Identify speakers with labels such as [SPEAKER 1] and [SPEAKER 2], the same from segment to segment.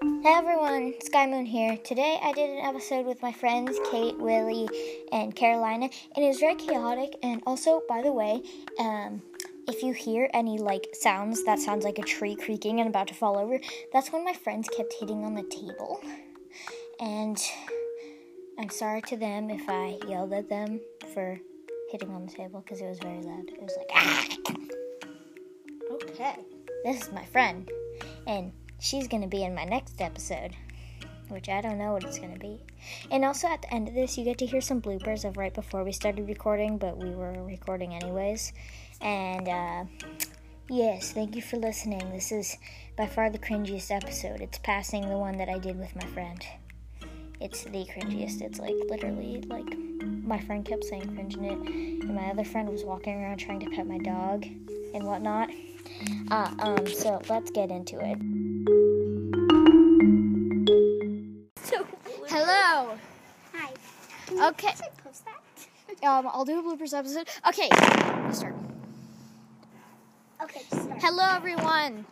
[SPEAKER 1] Hey everyone, Sky Moon here. Today I did an episode with my friends Kate, Willie, and Carolina, and it was very chaotic. And also, by the way, um, if you hear any like sounds that sounds like a tree creaking and about to fall over, that's when my friends kept hitting on the table. And I'm sorry to them if I yelled at them for hitting on the table because it was very loud. It was like, ah!
[SPEAKER 2] Okay.
[SPEAKER 1] this is my friend, and she's gonna be in my next episode, which I don't know what it's gonna be. And also at the end of this, you get to hear some bloopers of right before we started recording, but we were recording anyways. And uh, yes, thank you for listening. This is by far the cringiest episode. It's passing the one that I did with my friend. It's the cringiest. It's like literally like my friend kept saying cringe in it, and my other friend was walking around trying to pet my dog and whatnot. Uh, um, so let's get into it.
[SPEAKER 2] Hello.
[SPEAKER 3] Hi.
[SPEAKER 2] Okay.
[SPEAKER 3] Should I post that?
[SPEAKER 2] Um, I'll do a bloopers episode. Okay. let's Start.
[SPEAKER 3] Okay, just start.
[SPEAKER 2] Hello, everyone.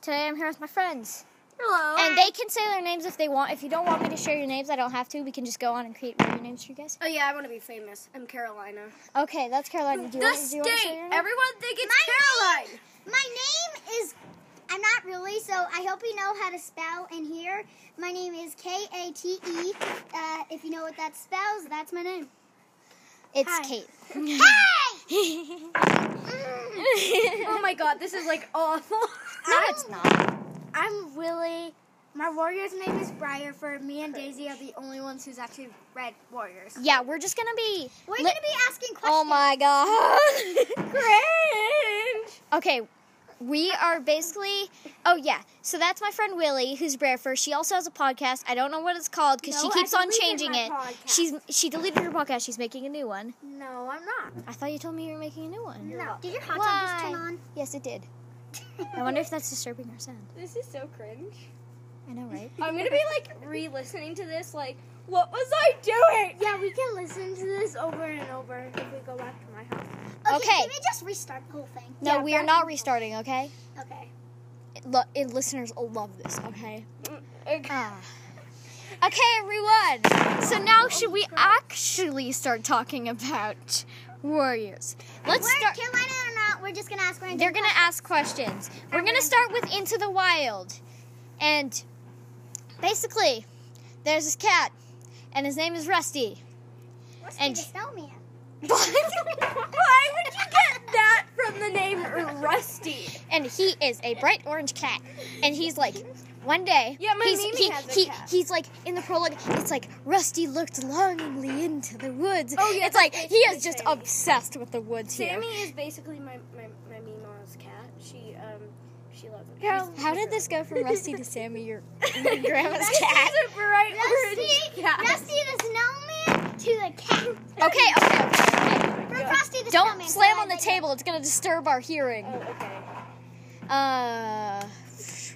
[SPEAKER 2] Today I'm here with my friends,
[SPEAKER 3] Hello.
[SPEAKER 2] and they can say their names if they want. If you don't want me to share your names, I don't have to. We can just go on and create your names for you guys.
[SPEAKER 4] Oh yeah, I want to be famous. I'm Carolina.
[SPEAKER 2] Okay, that's Carolina. Do you,
[SPEAKER 4] The
[SPEAKER 2] want, do
[SPEAKER 4] state.
[SPEAKER 2] you want to share your name?
[SPEAKER 4] Everyone think it's
[SPEAKER 3] My
[SPEAKER 4] Caroline.
[SPEAKER 3] My name is. I'm not really, so I hope you know how to spell in here. My name is K A T E. Uh, if you know what that spells, that's my name.
[SPEAKER 2] It's
[SPEAKER 3] Hi.
[SPEAKER 2] Kate.
[SPEAKER 3] Hey! Mm.
[SPEAKER 4] Oh my god, this is like awful.
[SPEAKER 2] No, it's not.
[SPEAKER 5] I'm Willie. My warrior's name is Briarford. Me and Daisy are the only ones who's actually red warriors.
[SPEAKER 2] Yeah, we're just gonna be.
[SPEAKER 3] We're
[SPEAKER 2] Li-
[SPEAKER 3] going to be asking questions.
[SPEAKER 2] Oh my Oh god. Cringe. Okay, we are basically. Oh yeah, so that's my friend Willie, who's Barefoot. She also has a podcast. I don't know what it's called because
[SPEAKER 5] No,
[SPEAKER 2] she keeps
[SPEAKER 5] I
[SPEAKER 2] on
[SPEAKER 5] deleted
[SPEAKER 2] changing
[SPEAKER 5] my
[SPEAKER 2] it.
[SPEAKER 5] podcast.
[SPEAKER 2] She's she deleted her podcast. She's making a new one.
[SPEAKER 5] No, I'm not.
[SPEAKER 2] I thought you told me you were making a new one.
[SPEAKER 5] No.
[SPEAKER 3] Did your hot dog
[SPEAKER 2] Why?
[SPEAKER 3] just turn on?
[SPEAKER 2] Yes, it did. I wonder if that's disturbing our sound.
[SPEAKER 4] this is so cringe.
[SPEAKER 2] I know, right?
[SPEAKER 4] I'm gonna be like re-listening to this. Like, what was I doing?
[SPEAKER 5] Yeah, we can listen to this over and over if we go back to my house.
[SPEAKER 2] Okay.
[SPEAKER 3] Can we just restart the whole thing?
[SPEAKER 2] No,
[SPEAKER 5] Yeah,
[SPEAKER 2] we are
[SPEAKER 5] that-
[SPEAKER 2] not restarting. Okay,
[SPEAKER 3] Okay. it
[SPEAKER 2] It lo- and listeners will love this. Okay.
[SPEAKER 4] Okay.
[SPEAKER 2] Okay, everyone. So now should we actually start talking about warriors? Let's
[SPEAKER 3] We're
[SPEAKER 2] start.
[SPEAKER 3] Carolina or not, we're just going to ask random
[SPEAKER 2] They're gonna ask questions. We're gonna start with Into the Wild, and basically, there's this cat, and his name is Rusty.
[SPEAKER 3] What's
[SPEAKER 2] and-
[SPEAKER 3] the snowman?
[SPEAKER 4] Why would you get that from the name Rusty?
[SPEAKER 2] and he is a bright orange cat. And he's like, one day,
[SPEAKER 4] Yeah, my
[SPEAKER 2] he's,
[SPEAKER 4] Mimi
[SPEAKER 2] he,
[SPEAKER 4] has a
[SPEAKER 2] he,
[SPEAKER 4] cat.
[SPEAKER 2] he's like, in the prologue, it's like, Rusty looked longingly into the woods.
[SPEAKER 4] Oh, yeah,
[SPEAKER 2] It's like,
[SPEAKER 4] that's
[SPEAKER 2] he is just
[SPEAKER 4] basically
[SPEAKER 2] obsessed with the woods here.
[SPEAKER 4] Sammy is basically my my my Mima's cat. She um she loves it.
[SPEAKER 2] How did this go from Rusty to Sammy, your, your grandma's cat?
[SPEAKER 4] She's a bright orange
[SPEAKER 3] Rusty,
[SPEAKER 4] cat.
[SPEAKER 3] Rusty the snowman to the cat.
[SPEAKER 2] Okay, okay, okay. okay.
[SPEAKER 3] From Frosty the
[SPEAKER 2] Don't
[SPEAKER 3] snowman.
[SPEAKER 2] slam
[SPEAKER 3] So
[SPEAKER 2] on the
[SPEAKER 3] I-
[SPEAKER 2] table, it's gonna disturb our hearing.
[SPEAKER 4] Oh, okay.
[SPEAKER 2] Uh.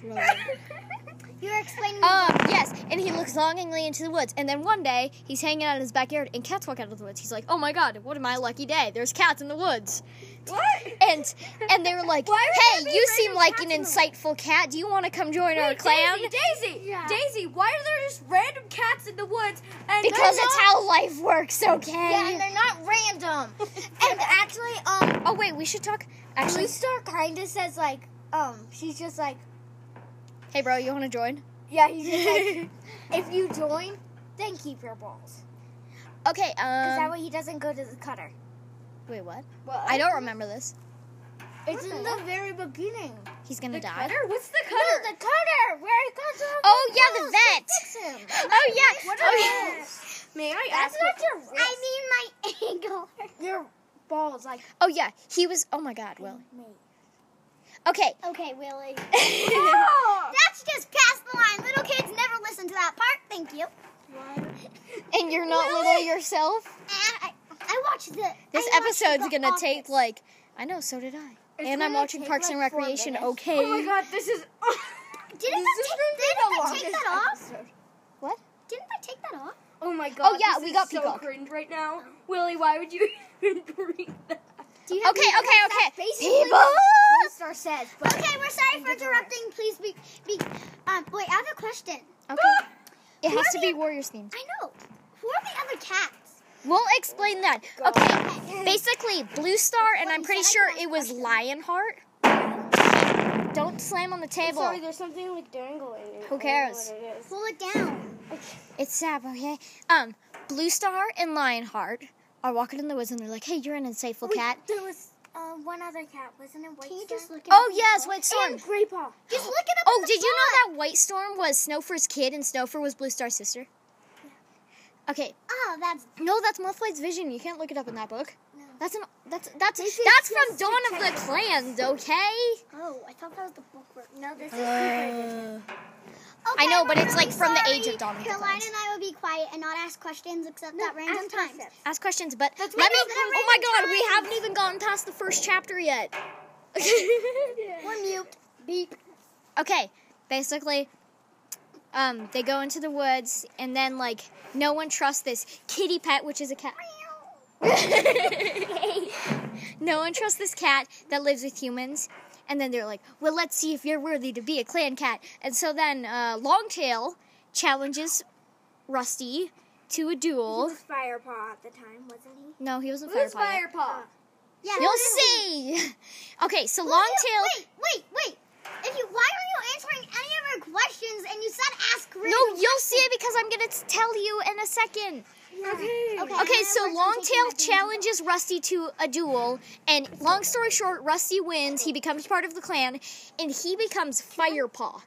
[SPEAKER 4] Oh,
[SPEAKER 3] You were explaining
[SPEAKER 2] Um, yes, and he looks longingly into the woods. And then one day, he's hanging out in his backyard, and cats walk out of the woods. He's like, "Oh my god, what am I lucky day? There's cats in the woods."
[SPEAKER 4] What?
[SPEAKER 2] And and they were like, "Hey, you seem like an insightful cat. Do you want to come join our clan?"
[SPEAKER 4] Daisy, Daisy, Daisy, why are there just random cats in the woods? And
[SPEAKER 2] Because
[SPEAKER 4] they're
[SPEAKER 2] it's
[SPEAKER 4] not-
[SPEAKER 2] how life works, okay?
[SPEAKER 5] Yeah, and they're not random. and actually, um,
[SPEAKER 2] oh wait, we should talk.
[SPEAKER 5] Blue
[SPEAKER 2] Actually,
[SPEAKER 5] Star kinda says like, um, she's just like,
[SPEAKER 2] hey bro, you want to join?
[SPEAKER 5] yeah, he's just like, if you join, then keep your balls.
[SPEAKER 2] Okay. Um.
[SPEAKER 5] Cause that way he doesn't go to the cutter.
[SPEAKER 2] wait, what?
[SPEAKER 4] Well,
[SPEAKER 2] I don't remember this.
[SPEAKER 5] It's in the very beginning.
[SPEAKER 2] He's gonna
[SPEAKER 4] The
[SPEAKER 2] die.
[SPEAKER 4] cutter? What's the
[SPEAKER 5] No,
[SPEAKER 4] cutter?
[SPEAKER 5] the cutter where it comes from.
[SPEAKER 2] Oh yeah, the vet.
[SPEAKER 5] Fix him.
[SPEAKER 2] Oh yeah.
[SPEAKER 4] What
[SPEAKER 2] oh,
[SPEAKER 4] are those? May I
[SPEAKER 5] That's
[SPEAKER 4] ask?
[SPEAKER 5] not your wrist.
[SPEAKER 3] I mean my ankle.
[SPEAKER 5] your balls, like
[SPEAKER 2] yeah. oh yeah. He was. Oh my God. Well. Okay.
[SPEAKER 3] Okay, Willie.
[SPEAKER 4] Oh!
[SPEAKER 3] That's just past the line. Little kids never listen to that part. Thank you.
[SPEAKER 2] and you're not little yourself.
[SPEAKER 3] Ah, I, I watched the.
[SPEAKER 2] This
[SPEAKER 3] I watched
[SPEAKER 2] episode's
[SPEAKER 3] The
[SPEAKER 2] gonna
[SPEAKER 3] Office.
[SPEAKER 2] take like I know, so did I. and I'm
[SPEAKER 5] gonna
[SPEAKER 2] watching
[SPEAKER 5] take,
[SPEAKER 2] Parks and
[SPEAKER 5] like, four
[SPEAKER 2] Recreation.
[SPEAKER 5] minutes.
[SPEAKER 2] Okay.
[SPEAKER 4] Oh my god, this is. oh
[SPEAKER 3] Didn't that take,
[SPEAKER 4] this
[SPEAKER 3] didn't that, take that off?
[SPEAKER 2] What?
[SPEAKER 3] Didn't that take that off?
[SPEAKER 4] Oh my god.
[SPEAKER 2] yeah,
[SPEAKER 4] this
[SPEAKER 2] we
[SPEAKER 4] is
[SPEAKER 2] got
[SPEAKER 4] so
[SPEAKER 2] Peacock.
[SPEAKER 4] cringe right now. Willie, why would you even breathe that?
[SPEAKER 5] Do you
[SPEAKER 2] Okay, okay, okay.
[SPEAKER 5] Basically,
[SPEAKER 2] People.
[SPEAKER 5] what Star says, but
[SPEAKER 3] Okay, we're sorry for interrupting. Please be be. Um, wait, I have a question.
[SPEAKER 2] Okay. It
[SPEAKER 3] Who
[SPEAKER 2] has
[SPEAKER 3] are
[SPEAKER 2] to be
[SPEAKER 3] the-
[SPEAKER 2] Warriors themed.
[SPEAKER 3] I know. Who are the other cats?
[SPEAKER 2] We'll explain that. Okay, basically, Blue Star, and I'm pretty sure it was Lionheart. Don't slam on the table.
[SPEAKER 4] Sorry, there's something like dangling. I don't know
[SPEAKER 2] cares?
[SPEAKER 4] what it is.
[SPEAKER 3] Pull it down.
[SPEAKER 2] It's Sab, okay? Um, Blue Star and Lionheart are walking in the woods, and they're like, "Hey, you're an unsafe little cat."
[SPEAKER 5] there was uh, one other cat, wasn't it? White
[SPEAKER 3] Can you
[SPEAKER 5] Star?
[SPEAKER 3] just look? It
[SPEAKER 2] Oh
[SPEAKER 3] up?
[SPEAKER 2] yes, White Storm.
[SPEAKER 5] and Gray Paw.
[SPEAKER 3] Just look it up.
[SPEAKER 2] Oh,
[SPEAKER 3] on the
[SPEAKER 2] did you
[SPEAKER 3] phone.
[SPEAKER 2] know that White Storm was Snowfur's kid, and Snowfur was Blue Star's sister? Okay,
[SPEAKER 3] Oh, that's
[SPEAKER 2] no, that's Mothlight's vision. You can't look it up in that book.
[SPEAKER 3] No.
[SPEAKER 2] That's an that's that's
[SPEAKER 5] should
[SPEAKER 2] that's from
[SPEAKER 5] just
[SPEAKER 2] Dawn of the Clans, okay?
[SPEAKER 3] Oh, I thought that was the bookworm. No, this is.
[SPEAKER 2] Uh. I know, but it's, like, from the age of Dawn
[SPEAKER 3] Dominic.
[SPEAKER 2] of the
[SPEAKER 3] Caroline
[SPEAKER 2] Clones.
[SPEAKER 3] and I will be quiet and not ask questions except at random
[SPEAKER 5] ask
[SPEAKER 3] times.
[SPEAKER 5] concepts.
[SPEAKER 2] ask questions, but let me.
[SPEAKER 3] why there's never
[SPEAKER 2] Oh my
[SPEAKER 3] any
[SPEAKER 2] god, we
[SPEAKER 3] time.
[SPEAKER 2] haven't even gotten past the first chapter yet.
[SPEAKER 3] We're mute. Beep.
[SPEAKER 2] okay, basically, um, they go into the woods, and then like no one trusts this kitty pet, which is a cat. no one trusts this cat that lives with humans. And then they're like, well, let's see if you're worthy to be a clan cat. And so then uh, Longtail challenges Rusty to a
[SPEAKER 5] He
[SPEAKER 2] duel.
[SPEAKER 5] was Firepaw at the time, wasn't he?
[SPEAKER 2] No, he wasn't
[SPEAKER 4] Who's
[SPEAKER 2] Firepaw yet.
[SPEAKER 4] Firepaw?
[SPEAKER 3] Yeah.
[SPEAKER 2] You'll
[SPEAKER 3] who did we-
[SPEAKER 2] see. Okay, so
[SPEAKER 3] Why
[SPEAKER 2] long
[SPEAKER 3] do you-
[SPEAKER 2] tail.
[SPEAKER 3] Wait, wait, wait. If you, why are you answering any of our questions? And you said ask random.
[SPEAKER 2] No, you'll see it because I'm gonna t- tell you in a second.
[SPEAKER 4] Okay.
[SPEAKER 3] Okay.
[SPEAKER 2] Okay, so
[SPEAKER 3] Longtail
[SPEAKER 2] long tail challenges Rusty to a duel, and long story short, Rusty wins. He becomes part of the clan, and he becomes Firepaw.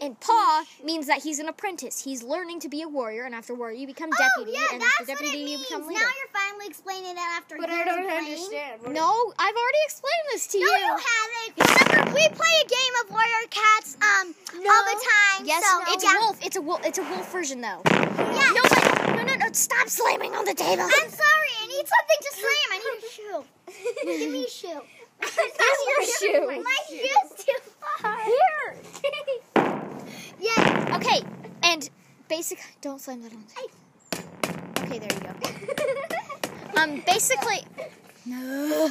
[SPEAKER 2] And Paw means that he's an apprentice. He's learning to be a warrior, and after warrior, you become
[SPEAKER 3] Oh
[SPEAKER 2] deputy,
[SPEAKER 3] yeah,
[SPEAKER 2] and
[SPEAKER 3] that's
[SPEAKER 2] after
[SPEAKER 3] what
[SPEAKER 2] deputy,
[SPEAKER 3] it
[SPEAKER 2] you
[SPEAKER 3] means. Now
[SPEAKER 2] become leader.
[SPEAKER 3] you're finally explaining that after.
[SPEAKER 4] But I
[SPEAKER 3] years
[SPEAKER 4] don't
[SPEAKER 3] of playing.
[SPEAKER 4] understand. What
[SPEAKER 2] No, I've already explained this to
[SPEAKER 3] No,
[SPEAKER 2] you.
[SPEAKER 3] you haven't. Remember, we play a game of Warrior Cats um all the time.
[SPEAKER 2] Yes,
[SPEAKER 3] so,
[SPEAKER 2] it's
[SPEAKER 3] yeah.
[SPEAKER 2] a wolf. It's a wolf. It's a wolf version, though.
[SPEAKER 3] Yeah.
[SPEAKER 2] No, but- no, no, no! Stop slamming on the table.
[SPEAKER 3] I'm sorry. I need something to slam. I need a shoe. Give me a shoe.
[SPEAKER 4] That's your shoe.
[SPEAKER 3] My shoe's too far. Here. yes.
[SPEAKER 2] Okay, and basic. Don't slam that on. Okay, there you go. Um, basically. No.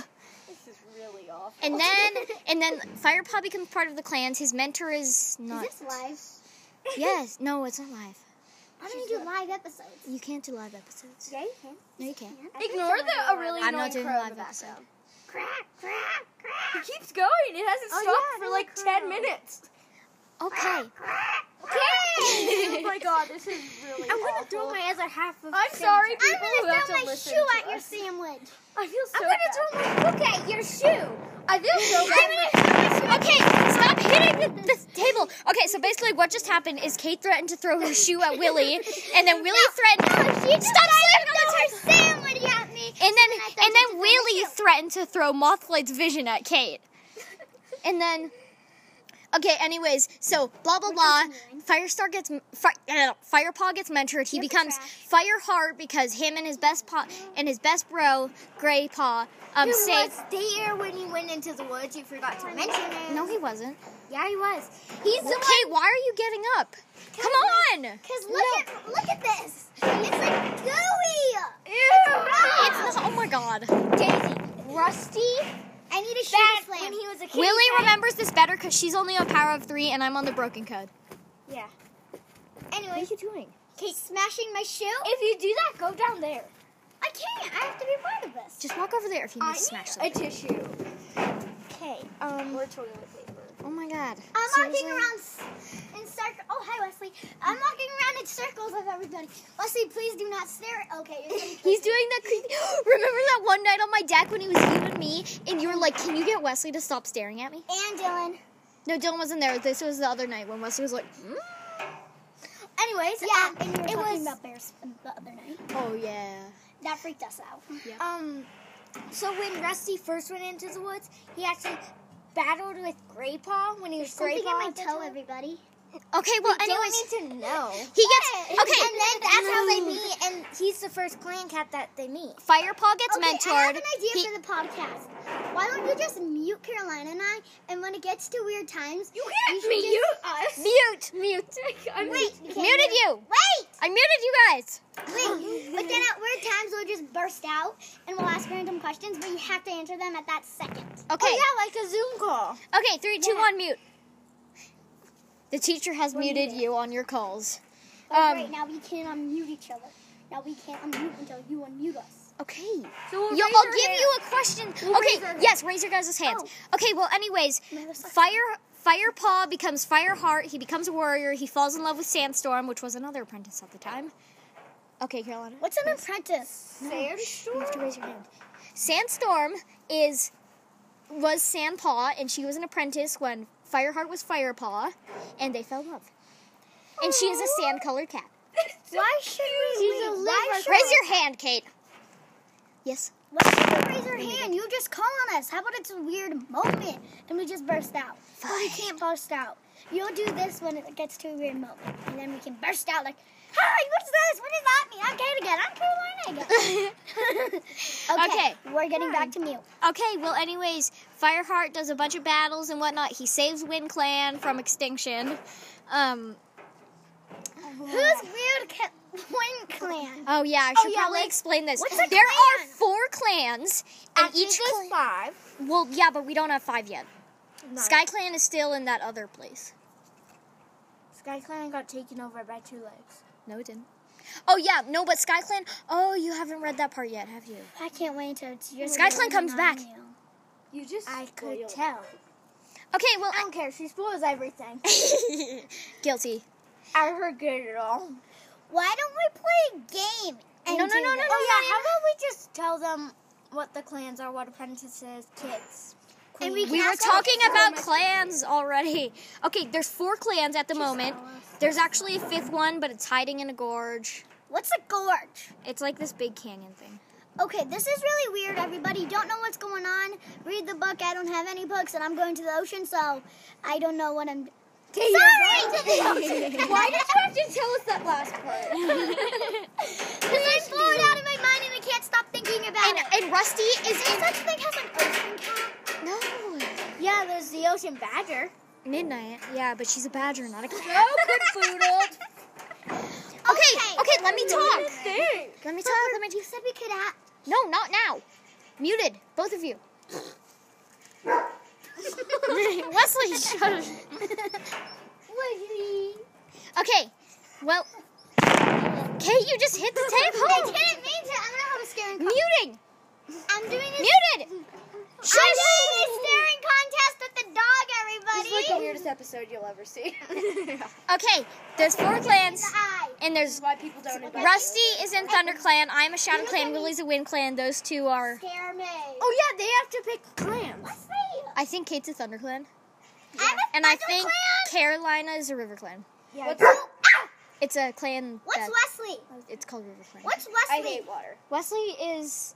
[SPEAKER 4] This is really awful.
[SPEAKER 2] And then, and then Firepaw becomes part of the clans. His mentor is
[SPEAKER 3] Is
[SPEAKER 2] not.
[SPEAKER 3] this live?
[SPEAKER 2] Yes. No, it's not live.
[SPEAKER 3] I'm gonna do live episodes.
[SPEAKER 2] You can't do live episodes.
[SPEAKER 3] Yeah, you can.
[SPEAKER 2] No, you can't.
[SPEAKER 4] Ignore the a really
[SPEAKER 2] I'm
[SPEAKER 4] annoying
[SPEAKER 2] not doing
[SPEAKER 4] crow in
[SPEAKER 2] live
[SPEAKER 4] the background.
[SPEAKER 2] episode.
[SPEAKER 3] Crack, crack,
[SPEAKER 4] It
[SPEAKER 3] crack.
[SPEAKER 4] keeps going. It hasn't
[SPEAKER 3] Oh,
[SPEAKER 4] stopped
[SPEAKER 3] yeah,
[SPEAKER 4] for
[SPEAKER 3] another
[SPEAKER 4] like
[SPEAKER 3] crow.
[SPEAKER 4] ten minutes.
[SPEAKER 2] Okay.
[SPEAKER 3] Okay.
[SPEAKER 4] oh my god, this is really
[SPEAKER 5] I'm gonna
[SPEAKER 4] awful.
[SPEAKER 5] throw my other half of.
[SPEAKER 4] I'm sorry, people
[SPEAKER 3] I'm
[SPEAKER 4] who
[SPEAKER 3] gonna
[SPEAKER 4] have to
[SPEAKER 3] throw my
[SPEAKER 4] listen
[SPEAKER 3] shoe
[SPEAKER 4] to
[SPEAKER 3] at your
[SPEAKER 4] us.
[SPEAKER 3] sandwich.
[SPEAKER 4] I feel so
[SPEAKER 5] I'm gonna
[SPEAKER 4] bad.
[SPEAKER 5] throw my book at your shoe.
[SPEAKER 4] I feel so bad. for-
[SPEAKER 2] Okay, stop hitting the, the table. Okay, so basically, what just happened is Kate threatened to throw her shoe at Willie, and then Willie threatened.
[SPEAKER 3] She just
[SPEAKER 2] Stop slamming on the
[SPEAKER 3] threw her
[SPEAKER 2] table.
[SPEAKER 3] sandwich at me.
[SPEAKER 2] And then,
[SPEAKER 3] I thought
[SPEAKER 2] and
[SPEAKER 3] you
[SPEAKER 2] then
[SPEAKER 3] just threw my
[SPEAKER 2] Willie
[SPEAKER 3] shoe.
[SPEAKER 2] threatened to throw Mothlight's vision at Kate. And then, okay. Anyways, so blah blah blah. Firestar gets fi- uh, Firepaw gets mentored. He becomes Fireheart because him and his best paw and his best bro Gray Paw um
[SPEAKER 5] Who
[SPEAKER 2] save.
[SPEAKER 5] was there when you went into the woods? You forgot to mention it.
[SPEAKER 2] No, he wasn't.
[SPEAKER 5] Yeah, he was. He's the
[SPEAKER 2] Well, Kate, why are you getting up? Come on.
[SPEAKER 3] Cause look at look at this. It's like gooey.
[SPEAKER 2] It's not, oh my god.
[SPEAKER 5] Daisy. Rusty.
[SPEAKER 3] I need a shoe
[SPEAKER 5] Bad
[SPEAKER 3] to slam.
[SPEAKER 5] when he was a kid.
[SPEAKER 2] Willie remembers this better because she's only on power of three and I'm on the broken code.
[SPEAKER 5] Yeah.
[SPEAKER 3] anyway,
[SPEAKER 2] you doing?
[SPEAKER 3] Kate smashing my shoe.
[SPEAKER 5] If you do that, go down there.
[SPEAKER 3] I can't. I have to be part of this.
[SPEAKER 2] Just walk over there if you need
[SPEAKER 4] I
[SPEAKER 2] to smash
[SPEAKER 4] need a
[SPEAKER 2] something.
[SPEAKER 4] tissue.
[SPEAKER 5] Okay. Um.
[SPEAKER 4] Or toilet paper.
[SPEAKER 2] Oh my god.
[SPEAKER 3] I'm
[SPEAKER 2] Seriously?
[SPEAKER 3] walking around s- in circles. Oh, hi, Wesley. I'm walking around in circles of everybody. Wesley, please do not stare. Okay, you're gonna
[SPEAKER 2] He's doing that creepy. Remember that one night on my deck when he was you and me, and you were like, "Can you get Wesley to stop staring at me?"
[SPEAKER 3] and Dylan.
[SPEAKER 2] No, Dylan wasn't there. This was the other night when Wesley was like, "Hmm?
[SPEAKER 5] Anyways.
[SPEAKER 3] Yeah,
[SPEAKER 5] Um,
[SPEAKER 3] and you were
[SPEAKER 5] it
[SPEAKER 3] talking
[SPEAKER 5] was.
[SPEAKER 3] about bears the other night.
[SPEAKER 2] "Oh yeah."
[SPEAKER 3] That freaked us out.
[SPEAKER 5] Um, so when Rusty first went into the woods, he actually battled with Gray Paw when he was Gray
[SPEAKER 3] Something in
[SPEAKER 5] Paw.
[SPEAKER 3] my
[SPEAKER 5] at the
[SPEAKER 3] toe,
[SPEAKER 5] time.
[SPEAKER 3] everybody.
[SPEAKER 2] Okay. Well,
[SPEAKER 5] Don't
[SPEAKER 2] anyways,
[SPEAKER 5] need to know.
[SPEAKER 2] he gets okay.
[SPEAKER 5] And then that's how they meet, and he's the first clan cat that they meet.
[SPEAKER 2] Firepaw gets
[SPEAKER 3] okay,
[SPEAKER 2] mentored.
[SPEAKER 3] I have an idea
[SPEAKER 2] He-
[SPEAKER 3] for the podcast. Why don't you just mute Carolina and I, and when it gets to weird times, you
[SPEAKER 4] Mute us.
[SPEAKER 2] mute.
[SPEAKER 4] Mute. I'm
[SPEAKER 3] Wait, you can't
[SPEAKER 2] Muted
[SPEAKER 3] mute-
[SPEAKER 2] you.
[SPEAKER 3] Wait,
[SPEAKER 2] I muted you guys.
[SPEAKER 3] Wait, but then at weird times we'll just burst out and we'll ask random questions, but you have to answer them at that second.
[SPEAKER 2] Okay.
[SPEAKER 3] Oh,
[SPEAKER 5] like a Zoom call.
[SPEAKER 2] Okay, three, two, one, mute. The teacher has muted you on your calls.
[SPEAKER 3] But
[SPEAKER 2] Um,
[SPEAKER 3] right now we can't unmute each other. Now we can't unmute until you unmute us.
[SPEAKER 2] Okay.
[SPEAKER 4] So we'll
[SPEAKER 2] Yo,
[SPEAKER 4] raise
[SPEAKER 2] I'll
[SPEAKER 4] our
[SPEAKER 2] give
[SPEAKER 4] hand.
[SPEAKER 2] you a question.
[SPEAKER 4] We'll
[SPEAKER 2] okay,
[SPEAKER 4] raise our hand.
[SPEAKER 2] yes, raise your guys' hands.
[SPEAKER 5] Oh.
[SPEAKER 2] Okay, well, anyways,
[SPEAKER 3] Man, that's-
[SPEAKER 2] fire fire paw becomes fire heart. He becomes a warrior. He falls in love with Sandstorm, which was another apprentice at the time. Okay, Carolina.
[SPEAKER 3] What's an apprentice?
[SPEAKER 1] You have to raise your hand.
[SPEAKER 2] Sandstorm is was Sandpaw, and she was an apprentice when Fireheart was Firepaw, and they fell in love. And she is a sand-colored cat.
[SPEAKER 3] Why should we
[SPEAKER 5] She's a liver.
[SPEAKER 2] Raise your hand, Kate. Yes.
[SPEAKER 3] Why should we raise our hand? You just call on us. How about it's a weird moment and we just burst out? But we can't burst out. You'll do this when it gets to a weird moment, and then we can burst out like, "Hi, what's this? What does that mean? I'm Kate again. I'm Carolina again."
[SPEAKER 2] Okay.
[SPEAKER 3] we're getting back to mute.
[SPEAKER 2] Okay, well, anyways, Fireheart does a bunch of battles and whatnot. He saves Wind Clan from extinction. Um,
[SPEAKER 3] Who's weird ca- Wind Clan?
[SPEAKER 2] oh, yeah, I should probably explain this.
[SPEAKER 3] what's
[SPEAKER 2] there
[SPEAKER 3] a
[SPEAKER 2] are
[SPEAKER 3] clan?
[SPEAKER 2] four clans, and each clan.
[SPEAKER 5] five.
[SPEAKER 2] Well, yeah, but we don't have five yet. Sky Clan is still in that other place.
[SPEAKER 5] Sky Clan got taken over by two legs.
[SPEAKER 2] No, it didn't. Oh, yeah, no, but Sky Clan. Oh, you haven't read that part yet, have you?
[SPEAKER 3] I can't wait until it's your
[SPEAKER 2] Sky Clan comes back.
[SPEAKER 4] You just.
[SPEAKER 5] I could
[SPEAKER 4] Well,
[SPEAKER 5] tell.
[SPEAKER 2] Okay, well,
[SPEAKER 5] I don't care. She spoils everything.
[SPEAKER 2] guilty.
[SPEAKER 5] I forget it all.
[SPEAKER 3] Why don't we play a game? And
[SPEAKER 2] No, no,
[SPEAKER 3] do
[SPEAKER 2] no, no,
[SPEAKER 3] this?
[SPEAKER 2] no,
[SPEAKER 5] Oh yeah. How about we just tell them what the clans are, what apprentices, kits.
[SPEAKER 3] And
[SPEAKER 5] queens.
[SPEAKER 3] can
[SPEAKER 2] We were
[SPEAKER 3] also
[SPEAKER 2] talking about clans already. Okay, there's four clans at the moment. There's actually a fifth one, but it's hiding in a gorge.
[SPEAKER 3] What's a gorge?
[SPEAKER 2] It's like this big canyon thing.
[SPEAKER 3] Okay, this is really weird, everybody. You Don't know what's going on. Read the book. I don't have any books, and I'm going to the ocean, so I don't know what I'm. Sorry! To the ocean! Why did you have to tell us that last part? Because I'm blown out of my mind and I can't stop thinking about
[SPEAKER 2] And,
[SPEAKER 3] it.
[SPEAKER 2] and Rusty
[SPEAKER 3] Is
[SPEAKER 2] is
[SPEAKER 3] there such thing as an ocean cat?
[SPEAKER 2] no
[SPEAKER 5] Yeah, there's the ocean badger.
[SPEAKER 2] midnight. Yeah, but she's a badger, not a cat.
[SPEAKER 4] Oh,
[SPEAKER 2] Okay, okay, let me talk.
[SPEAKER 4] good thing.
[SPEAKER 2] Let me talk. Let me
[SPEAKER 3] You said we could have.
[SPEAKER 2] No, not now. Muted, both of you. Wesley, shut up.
[SPEAKER 3] Woodley.
[SPEAKER 2] Okay, well, Kate, you just hit the tape.
[SPEAKER 3] I
[SPEAKER 2] Hold.
[SPEAKER 3] didn't mean to. I don't know how to scare and
[SPEAKER 2] Muting.
[SPEAKER 3] I'm doing this. I'm
[SPEAKER 2] Muted.
[SPEAKER 3] doing this staring contest with the dog, everybody.
[SPEAKER 4] This is like the weirdest episode you'll ever see.
[SPEAKER 2] Okay, there's four clans,
[SPEAKER 3] The eye.
[SPEAKER 2] and
[SPEAKER 4] This is why
[SPEAKER 2] there's
[SPEAKER 4] people don't invite
[SPEAKER 2] Rusty is in Thunder Clan. I'm a Shadow Clan. Willie's a Wind Clan. Those two are.
[SPEAKER 3] Scare me.
[SPEAKER 5] Oh yeah, they have to pick clans.
[SPEAKER 3] Let's see.
[SPEAKER 2] I think Kate's a Thunder Clan,
[SPEAKER 3] I'm a
[SPEAKER 2] and I
[SPEAKER 3] Thunder
[SPEAKER 2] think
[SPEAKER 3] Clan.
[SPEAKER 2] Carolina is a River Clan.
[SPEAKER 5] Yeah.
[SPEAKER 4] What's-
[SPEAKER 3] Oh, ow!
[SPEAKER 2] It's a clan.
[SPEAKER 3] What's
[SPEAKER 2] that-
[SPEAKER 3] Wesley?
[SPEAKER 2] It's called River Clan.
[SPEAKER 3] What's
[SPEAKER 4] I
[SPEAKER 3] Wesley?
[SPEAKER 4] hate water.
[SPEAKER 2] Wesley is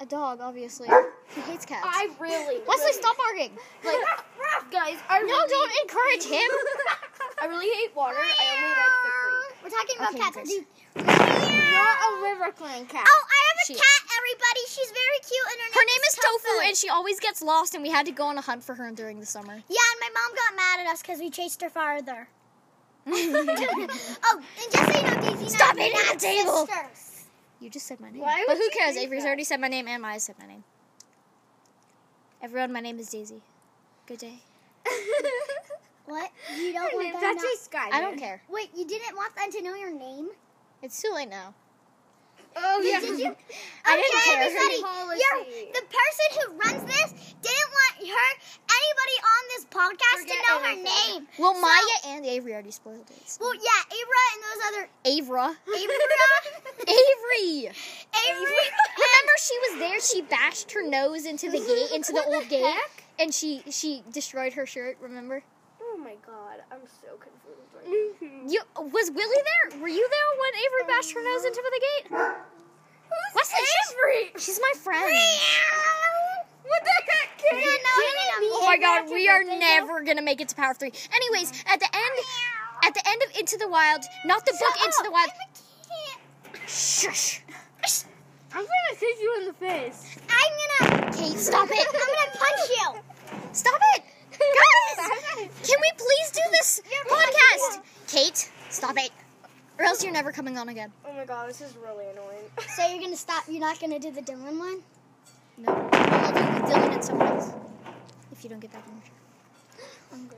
[SPEAKER 2] a dog, obviously. He hates cats.
[SPEAKER 4] I really.
[SPEAKER 2] Wesley,
[SPEAKER 4] really-
[SPEAKER 2] stop barking. Like,
[SPEAKER 4] guys. I
[SPEAKER 2] no,
[SPEAKER 4] really,
[SPEAKER 2] don't encourage him.
[SPEAKER 4] I really hate water. I only like the creek.
[SPEAKER 3] We're talking about
[SPEAKER 2] Okay,
[SPEAKER 3] cats.
[SPEAKER 2] good.
[SPEAKER 3] Do-
[SPEAKER 5] Not a river clan cat.
[SPEAKER 3] Oh, I have a
[SPEAKER 2] She-
[SPEAKER 3] cat, everybody. She's very cute, and her name,
[SPEAKER 2] Her name is Tofu,
[SPEAKER 3] Tofu.
[SPEAKER 2] and she always gets lost, and we had to go on a hunt for her during the summer.
[SPEAKER 3] yeah, and my mom got mad at us because we chased her farther. oh, and just so you know, Daisy and
[SPEAKER 2] Stop
[SPEAKER 3] I are
[SPEAKER 2] hitting the
[SPEAKER 3] not
[SPEAKER 2] table.
[SPEAKER 3] sisters.
[SPEAKER 2] You just said my name.
[SPEAKER 4] Why
[SPEAKER 2] but
[SPEAKER 4] would
[SPEAKER 2] who
[SPEAKER 4] you
[SPEAKER 2] cares?
[SPEAKER 4] think
[SPEAKER 2] Avery's
[SPEAKER 4] that?
[SPEAKER 2] already said my name and Maya said my name. Everyone, my name is Daisy. Good day.
[SPEAKER 3] What? You don't
[SPEAKER 5] Her
[SPEAKER 3] want
[SPEAKER 5] name's
[SPEAKER 3] them
[SPEAKER 5] actually
[SPEAKER 3] to-
[SPEAKER 5] Sky.
[SPEAKER 2] I don't care.
[SPEAKER 3] Wait, you didn't want them to know your name?
[SPEAKER 2] It's too late now.
[SPEAKER 4] Oh yeah.
[SPEAKER 3] Did you?
[SPEAKER 2] I
[SPEAKER 3] okay,
[SPEAKER 2] didn't care.
[SPEAKER 3] everybody,
[SPEAKER 4] Policy.
[SPEAKER 3] you're, the person who runs this didn't want her anybody on this podcast
[SPEAKER 4] Forget
[SPEAKER 3] to know her
[SPEAKER 4] everything.
[SPEAKER 3] name.
[SPEAKER 2] Well, Maya and Avery already spoiled it. so-
[SPEAKER 3] Well, yeah, Abra and those other
[SPEAKER 2] Avra.
[SPEAKER 3] Abra,
[SPEAKER 2] Avery!
[SPEAKER 3] Avery,
[SPEAKER 2] Remember, she was there. She bashed her nose into the gate, into the old gate, and she she destroyed her shirt. Remember?
[SPEAKER 4] Oh my god, I'm so confused right now.
[SPEAKER 2] You was Willie there? Were you there when Avery bashed her nose into the gate? What's Avery? She's, my friend.
[SPEAKER 4] What the heck?
[SPEAKER 3] Yeah, no, I mean,
[SPEAKER 2] Oh my god, we are never gonna make it to Power Three. Anyways, at the end, at the end of Into the Wild, not the book Into the Wild. Shush.
[SPEAKER 5] I'm gonna kick you in the face.
[SPEAKER 3] I'm gonna,
[SPEAKER 2] Kate, stop
[SPEAKER 3] I'm
[SPEAKER 2] it!
[SPEAKER 3] gonna punch you.
[SPEAKER 2] Stop it, guys! Can we please do this podcast? Kate, stop it. or else you're never coming on again.
[SPEAKER 4] Oh my god, this is really annoying.
[SPEAKER 3] So you're gonna stop? You're not gonna do the Dylan one?
[SPEAKER 2] No, I'll do it with Dylan and someone else. If you don't get that one,
[SPEAKER 3] Hungry.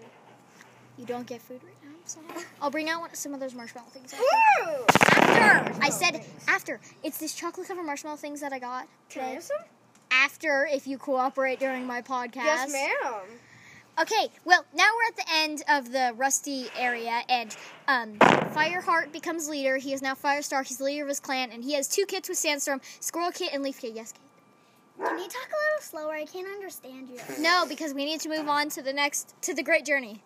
[SPEAKER 2] you don't get food right now. I'm sorry. I'll bring out one- some of those marshmallow things. After.
[SPEAKER 4] Ew!
[SPEAKER 2] After! I said after. It's this chocolate covered marshmallow things that I got
[SPEAKER 4] Can I
[SPEAKER 2] today.
[SPEAKER 4] have some?
[SPEAKER 2] After, if you cooperate during my podcast.
[SPEAKER 4] Yes, ma'am.
[SPEAKER 2] Okay, well, now we're at the end of the Rusty area, and um, Fireheart becomes leader. He is now Firestar. He's the leader of his clan, and he has two kits with Sandstorm Squirrel Kit and Leaf Kit. Yes, Kate?
[SPEAKER 3] Can you talk a little slower? I can't understand you.
[SPEAKER 2] No, because we need to move on to the next, to the Great Journey.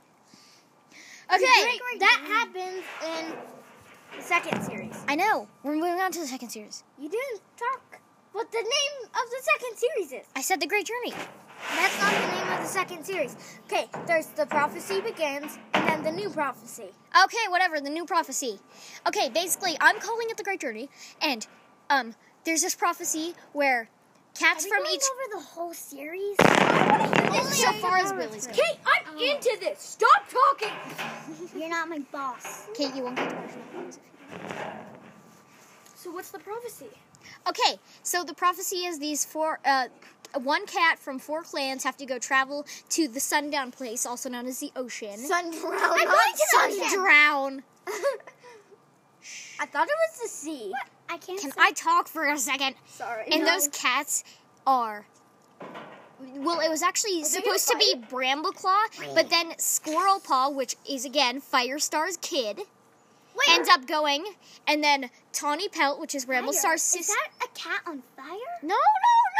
[SPEAKER 2] Okay,
[SPEAKER 5] that happens in the second series.
[SPEAKER 2] I know. We're moving on to the second series.
[SPEAKER 5] You didn't talk what the name of the second series is.
[SPEAKER 2] I said the Great Journey.
[SPEAKER 5] That's not the name of the second series. Okay, there's the prophecy begins, and then the new prophecy.
[SPEAKER 2] Okay, whatever, the new prophecy. Okay, basically, I'm calling it the Great Journey, and um, there's this prophecy where cats
[SPEAKER 3] Are we
[SPEAKER 2] from
[SPEAKER 3] going
[SPEAKER 2] each.
[SPEAKER 3] over the whole series.
[SPEAKER 2] Only so far as Willie's going.
[SPEAKER 4] Kate, I'm into this. Stop talking.
[SPEAKER 3] You're not my boss.
[SPEAKER 2] Kate, you won't get the marshmallows.
[SPEAKER 4] So what's the prophecy?
[SPEAKER 2] Okay, so the prophecy is these four. Uh, one cat from four clans have to go travel to the sundown place, also known as the ocean.
[SPEAKER 5] Sundrown.
[SPEAKER 3] I'm going to the ocean.
[SPEAKER 2] Sundrown.
[SPEAKER 5] I thought it was the sea.
[SPEAKER 3] I can't.
[SPEAKER 2] Can
[SPEAKER 3] say-
[SPEAKER 2] I talk for a second?
[SPEAKER 4] Sorry.
[SPEAKER 2] And those cats are. Well, it was actually supposed to be Brambleclaw, but then Squirrel Paw, which is again Firestar's kid,
[SPEAKER 3] Wait,
[SPEAKER 2] ends up going, and then Tawny Pelt, which is
[SPEAKER 3] fire.
[SPEAKER 2] Bramblestar's
[SPEAKER 3] Is
[SPEAKER 2] sister.
[SPEAKER 3] that a cat on fire?
[SPEAKER 2] No, no,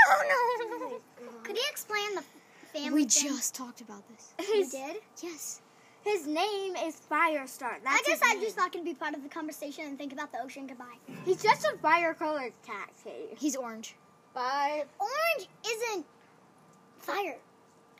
[SPEAKER 5] Oh
[SPEAKER 2] no, no, no.
[SPEAKER 3] Could you explain the family?
[SPEAKER 2] We
[SPEAKER 3] thing?
[SPEAKER 2] just talked about this.
[SPEAKER 3] You did.
[SPEAKER 2] Yes.
[SPEAKER 5] His name is Firestar. That's
[SPEAKER 3] I guess
[SPEAKER 5] his
[SPEAKER 3] I'm
[SPEAKER 5] name.
[SPEAKER 3] just not gonna be part of the conversation and think about the ocean. Goodbye.
[SPEAKER 5] He's just a fire-colored cat, Kate.
[SPEAKER 2] He's orange.
[SPEAKER 4] Bye.
[SPEAKER 3] Orange isn't fire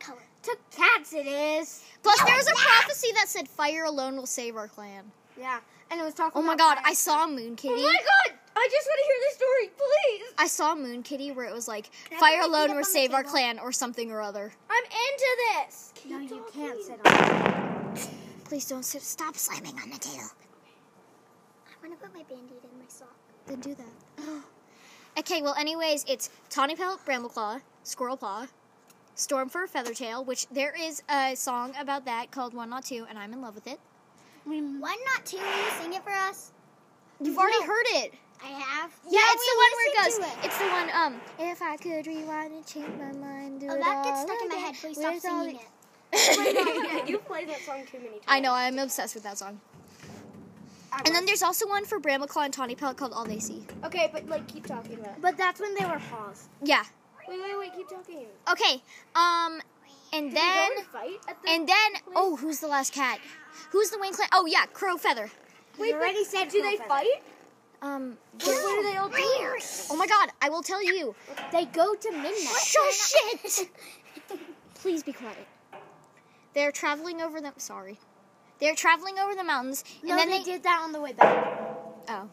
[SPEAKER 3] color.
[SPEAKER 5] To cats, it is.
[SPEAKER 2] Plus, there was a prophecy that said fire alone will save our clan.
[SPEAKER 5] Yeah, and it was talking.
[SPEAKER 2] Oh my
[SPEAKER 5] about
[SPEAKER 2] god,
[SPEAKER 5] fire.
[SPEAKER 2] I saw Moon
[SPEAKER 4] Oh
[SPEAKER 2] Kitty.
[SPEAKER 4] my god! I just want to hear the story, please.
[SPEAKER 2] I saw Moon Kitty where it was like,
[SPEAKER 3] I
[SPEAKER 2] fire
[SPEAKER 3] put my feet
[SPEAKER 2] alone
[SPEAKER 3] up
[SPEAKER 2] will
[SPEAKER 3] on the
[SPEAKER 2] save our
[SPEAKER 3] table?
[SPEAKER 2] clan or something or other.
[SPEAKER 4] I'm into this.
[SPEAKER 5] No, you can't sit on. it.
[SPEAKER 2] Please don't sit. Stop slamming on the table.
[SPEAKER 3] I wanna put my band-aid in my sock.
[SPEAKER 2] Then do that. okay, well, anyways, it's Tawny Pelt, Brambleclaw, Squirrel Paw, Stormfur, Feathertail, which there is a song about that called One Not Two, and I'm in love with it.
[SPEAKER 3] One, not two. Will you sing it for us?
[SPEAKER 2] You've already heard it.
[SPEAKER 3] I have.
[SPEAKER 2] Yeah, it's the one where it goes.
[SPEAKER 3] listened to
[SPEAKER 2] It's the one. Um, if I could rewind and change my mind, do
[SPEAKER 3] Oh,
[SPEAKER 2] it
[SPEAKER 3] that gets
[SPEAKER 2] all
[SPEAKER 3] stuck in my
[SPEAKER 2] again.
[SPEAKER 3] head. Please stop
[SPEAKER 2] Where's all
[SPEAKER 3] singing
[SPEAKER 2] the-
[SPEAKER 3] it.
[SPEAKER 4] you played that song too many times.
[SPEAKER 2] I know. I'm obsessed with that song. And then there's also one for Bramaclaw and Tawny Pelt called All They See.
[SPEAKER 4] Okay, but like, keep talking about.
[SPEAKER 5] But that's when they were paused.
[SPEAKER 2] Yeah.
[SPEAKER 4] Wait, wait, wait. Keep talking.
[SPEAKER 2] Okay. Um, and then
[SPEAKER 4] Did we go and fight at the.
[SPEAKER 2] and then oh, who's the last cat? Who's the wing clan? Oh yeah, Crow Feather.
[SPEAKER 4] wait,
[SPEAKER 5] You already
[SPEAKER 4] but
[SPEAKER 5] said
[SPEAKER 4] Do they
[SPEAKER 5] Crowfeather.
[SPEAKER 4] fight?
[SPEAKER 2] Um.
[SPEAKER 4] What, what do they all do?
[SPEAKER 2] Oh my God! I will tell you.
[SPEAKER 5] They go to midnight.
[SPEAKER 2] Shush it! Please be quiet. They're traveling over the. Sorry. They're traveling over the mountains, and
[SPEAKER 5] No,
[SPEAKER 2] then
[SPEAKER 5] they did that on the way back.
[SPEAKER 2] Oh.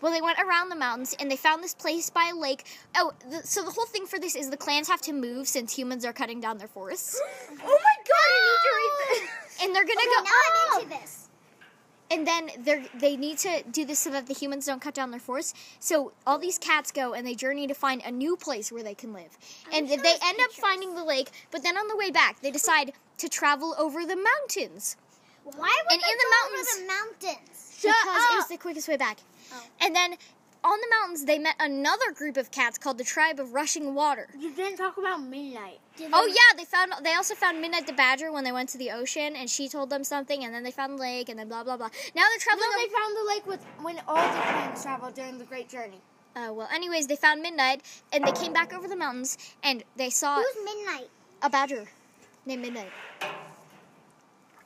[SPEAKER 2] Well, they went around the mountains and they found this place by a lake. Oh, the, so the whole thing for this is the clans have to move since humans are cutting down their forests.
[SPEAKER 4] Oh my god! I need to read this.
[SPEAKER 2] And they're gonna
[SPEAKER 3] Okay,
[SPEAKER 2] go.
[SPEAKER 3] now I'm into this.
[SPEAKER 2] And then they they need to do this so that the humans don't cut down their forests. So all these cats go and they journey to find a new place where they can live. and
[SPEAKER 3] wish
[SPEAKER 2] they
[SPEAKER 3] there
[SPEAKER 2] end
[SPEAKER 3] was
[SPEAKER 2] up finding the lake, but then on the way back they decide to travel over the mountains.
[SPEAKER 3] Why would
[SPEAKER 2] And
[SPEAKER 3] they
[SPEAKER 2] in the
[SPEAKER 3] go over the mountains?
[SPEAKER 2] because it was the quickest way back.
[SPEAKER 3] Oh.
[SPEAKER 2] And then on the mountains, they met another group of cats called the Tribe of Rushing Water.
[SPEAKER 3] Oh,
[SPEAKER 5] You didn't talk about midnight.
[SPEAKER 3] Do
[SPEAKER 2] Oh
[SPEAKER 3] they-
[SPEAKER 2] yeah, they found. They also found Midnight the Badger when they went to the ocean, and she told them something, and then they found the lake, and then blah blah blah. Now they're traveling.
[SPEAKER 5] No, they found the lake with when all the clans traveled during the Great Journey.
[SPEAKER 2] over- uh, well, anyways, they found Midnight, and they came back over the mountains, and they saw
[SPEAKER 3] Who's midnight?
[SPEAKER 2] a badger named Midnight.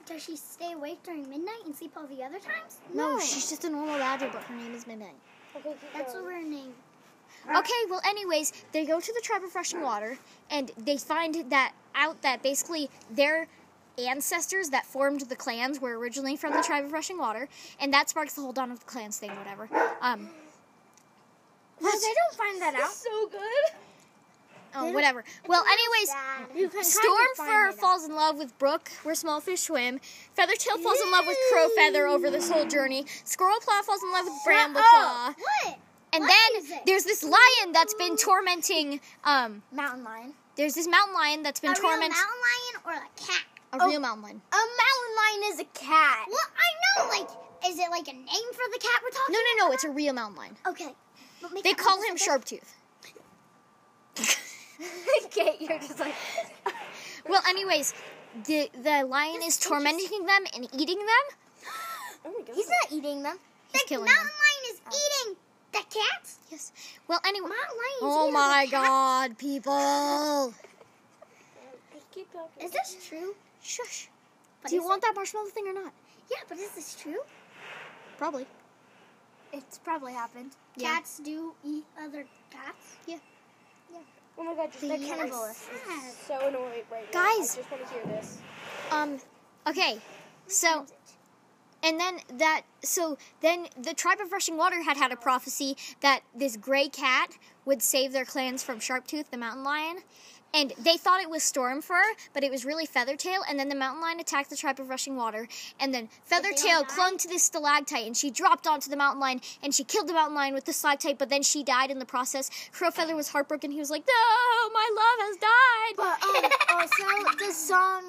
[SPEAKER 3] Does she stay awake during midnight and sleep all the other times?
[SPEAKER 2] No, she's just a normal badger, but her name is Midnight.
[SPEAKER 4] Okay, keep
[SPEAKER 3] That's
[SPEAKER 4] going.
[SPEAKER 3] what her name. Uh,
[SPEAKER 2] Okay, well, anyways, they go to the tribe of rushing water, and they find that out that basically their ancestors that formed the clans were originally from the tribe of rushing water, and that sparks the whole dawn of the clans thing, whatever. Um,
[SPEAKER 5] No, they don't find that out.
[SPEAKER 4] so good.
[SPEAKER 2] Oh, whatever. Well, anyways,
[SPEAKER 3] You can
[SPEAKER 2] Stormfur falls in love with Brook, where small fish swim. Feathertail falls in love with Crowfeather over this whole journey. Squirrelpaw falls in love with Brambleclaw.
[SPEAKER 3] What?
[SPEAKER 2] And
[SPEAKER 3] What is
[SPEAKER 2] then
[SPEAKER 3] it?
[SPEAKER 2] there's this lion that's been tormenting. Um,
[SPEAKER 5] Mountain lion.
[SPEAKER 2] there's this mountain lion that's
[SPEAKER 3] A
[SPEAKER 2] been
[SPEAKER 3] real mountain Oh.
[SPEAKER 2] tormenting
[SPEAKER 3] lion or a cat?
[SPEAKER 2] a real mountain lion.
[SPEAKER 5] A mountain lion is a cat.
[SPEAKER 3] Well, I know. Like, is it like a name for the cat we're talking?
[SPEAKER 2] No, no, no, it's a real mountain lion.
[SPEAKER 3] Okay. But make
[SPEAKER 2] They
[SPEAKER 3] that
[SPEAKER 2] call
[SPEAKER 3] one
[SPEAKER 2] him
[SPEAKER 3] just
[SPEAKER 2] Sharptooth.
[SPEAKER 5] Kate, you're just like
[SPEAKER 2] Well, anyways, the the lion is tormenting them and eating them.
[SPEAKER 5] he's not eating them.
[SPEAKER 2] He's
[SPEAKER 3] like- The
[SPEAKER 2] killing
[SPEAKER 3] mountain
[SPEAKER 2] them.
[SPEAKER 3] lion is eating the cat.
[SPEAKER 2] Yes. Well, anyway.
[SPEAKER 3] Mountain lions.
[SPEAKER 2] Oh
[SPEAKER 3] eating
[SPEAKER 2] my
[SPEAKER 3] the cat?
[SPEAKER 2] God, people!
[SPEAKER 4] Keep talking.
[SPEAKER 3] Is this true?
[SPEAKER 2] Shush.
[SPEAKER 3] But
[SPEAKER 2] Do you
[SPEAKER 3] is
[SPEAKER 2] want that marshmallow thing or not?
[SPEAKER 3] It, yeah, but is this true?
[SPEAKER 2] Probably.
[SPEAKER 5] It's probably happened.
[SPEAKER 2] Yeah.
[SPEAKER 3] Cats do eat other cats.
[SPEAKER 4] Oh my god, just
[SPEAKER 5] The
[SPEAKER 4] they're
[SPEAKER 5] cannibal.
[SPEAKER 4] so annoyed right now.
[SPEAKER 2] Guys.
[SPEAKER 4] I just want to hear this.
[SPEAKER 2] Um. Okay. So. And then that, so then the tribe of Rushing Water had had a prophecy that this gray cat would save their clans from Sharptooth, the mountain lion. And they thought it was Stormfur, but it was really Feathertail. And then the mountain lion attacked the tribe of Rushing Water. And then Feathertail clung to this stalactite and she dropped onto the mountain lion and she killed the mountain lion with the stalactite, but then she died in the process. Crowfeather was heartbroken. He was like, No, my love has died.
[SPEAKER 5] But um, also the song,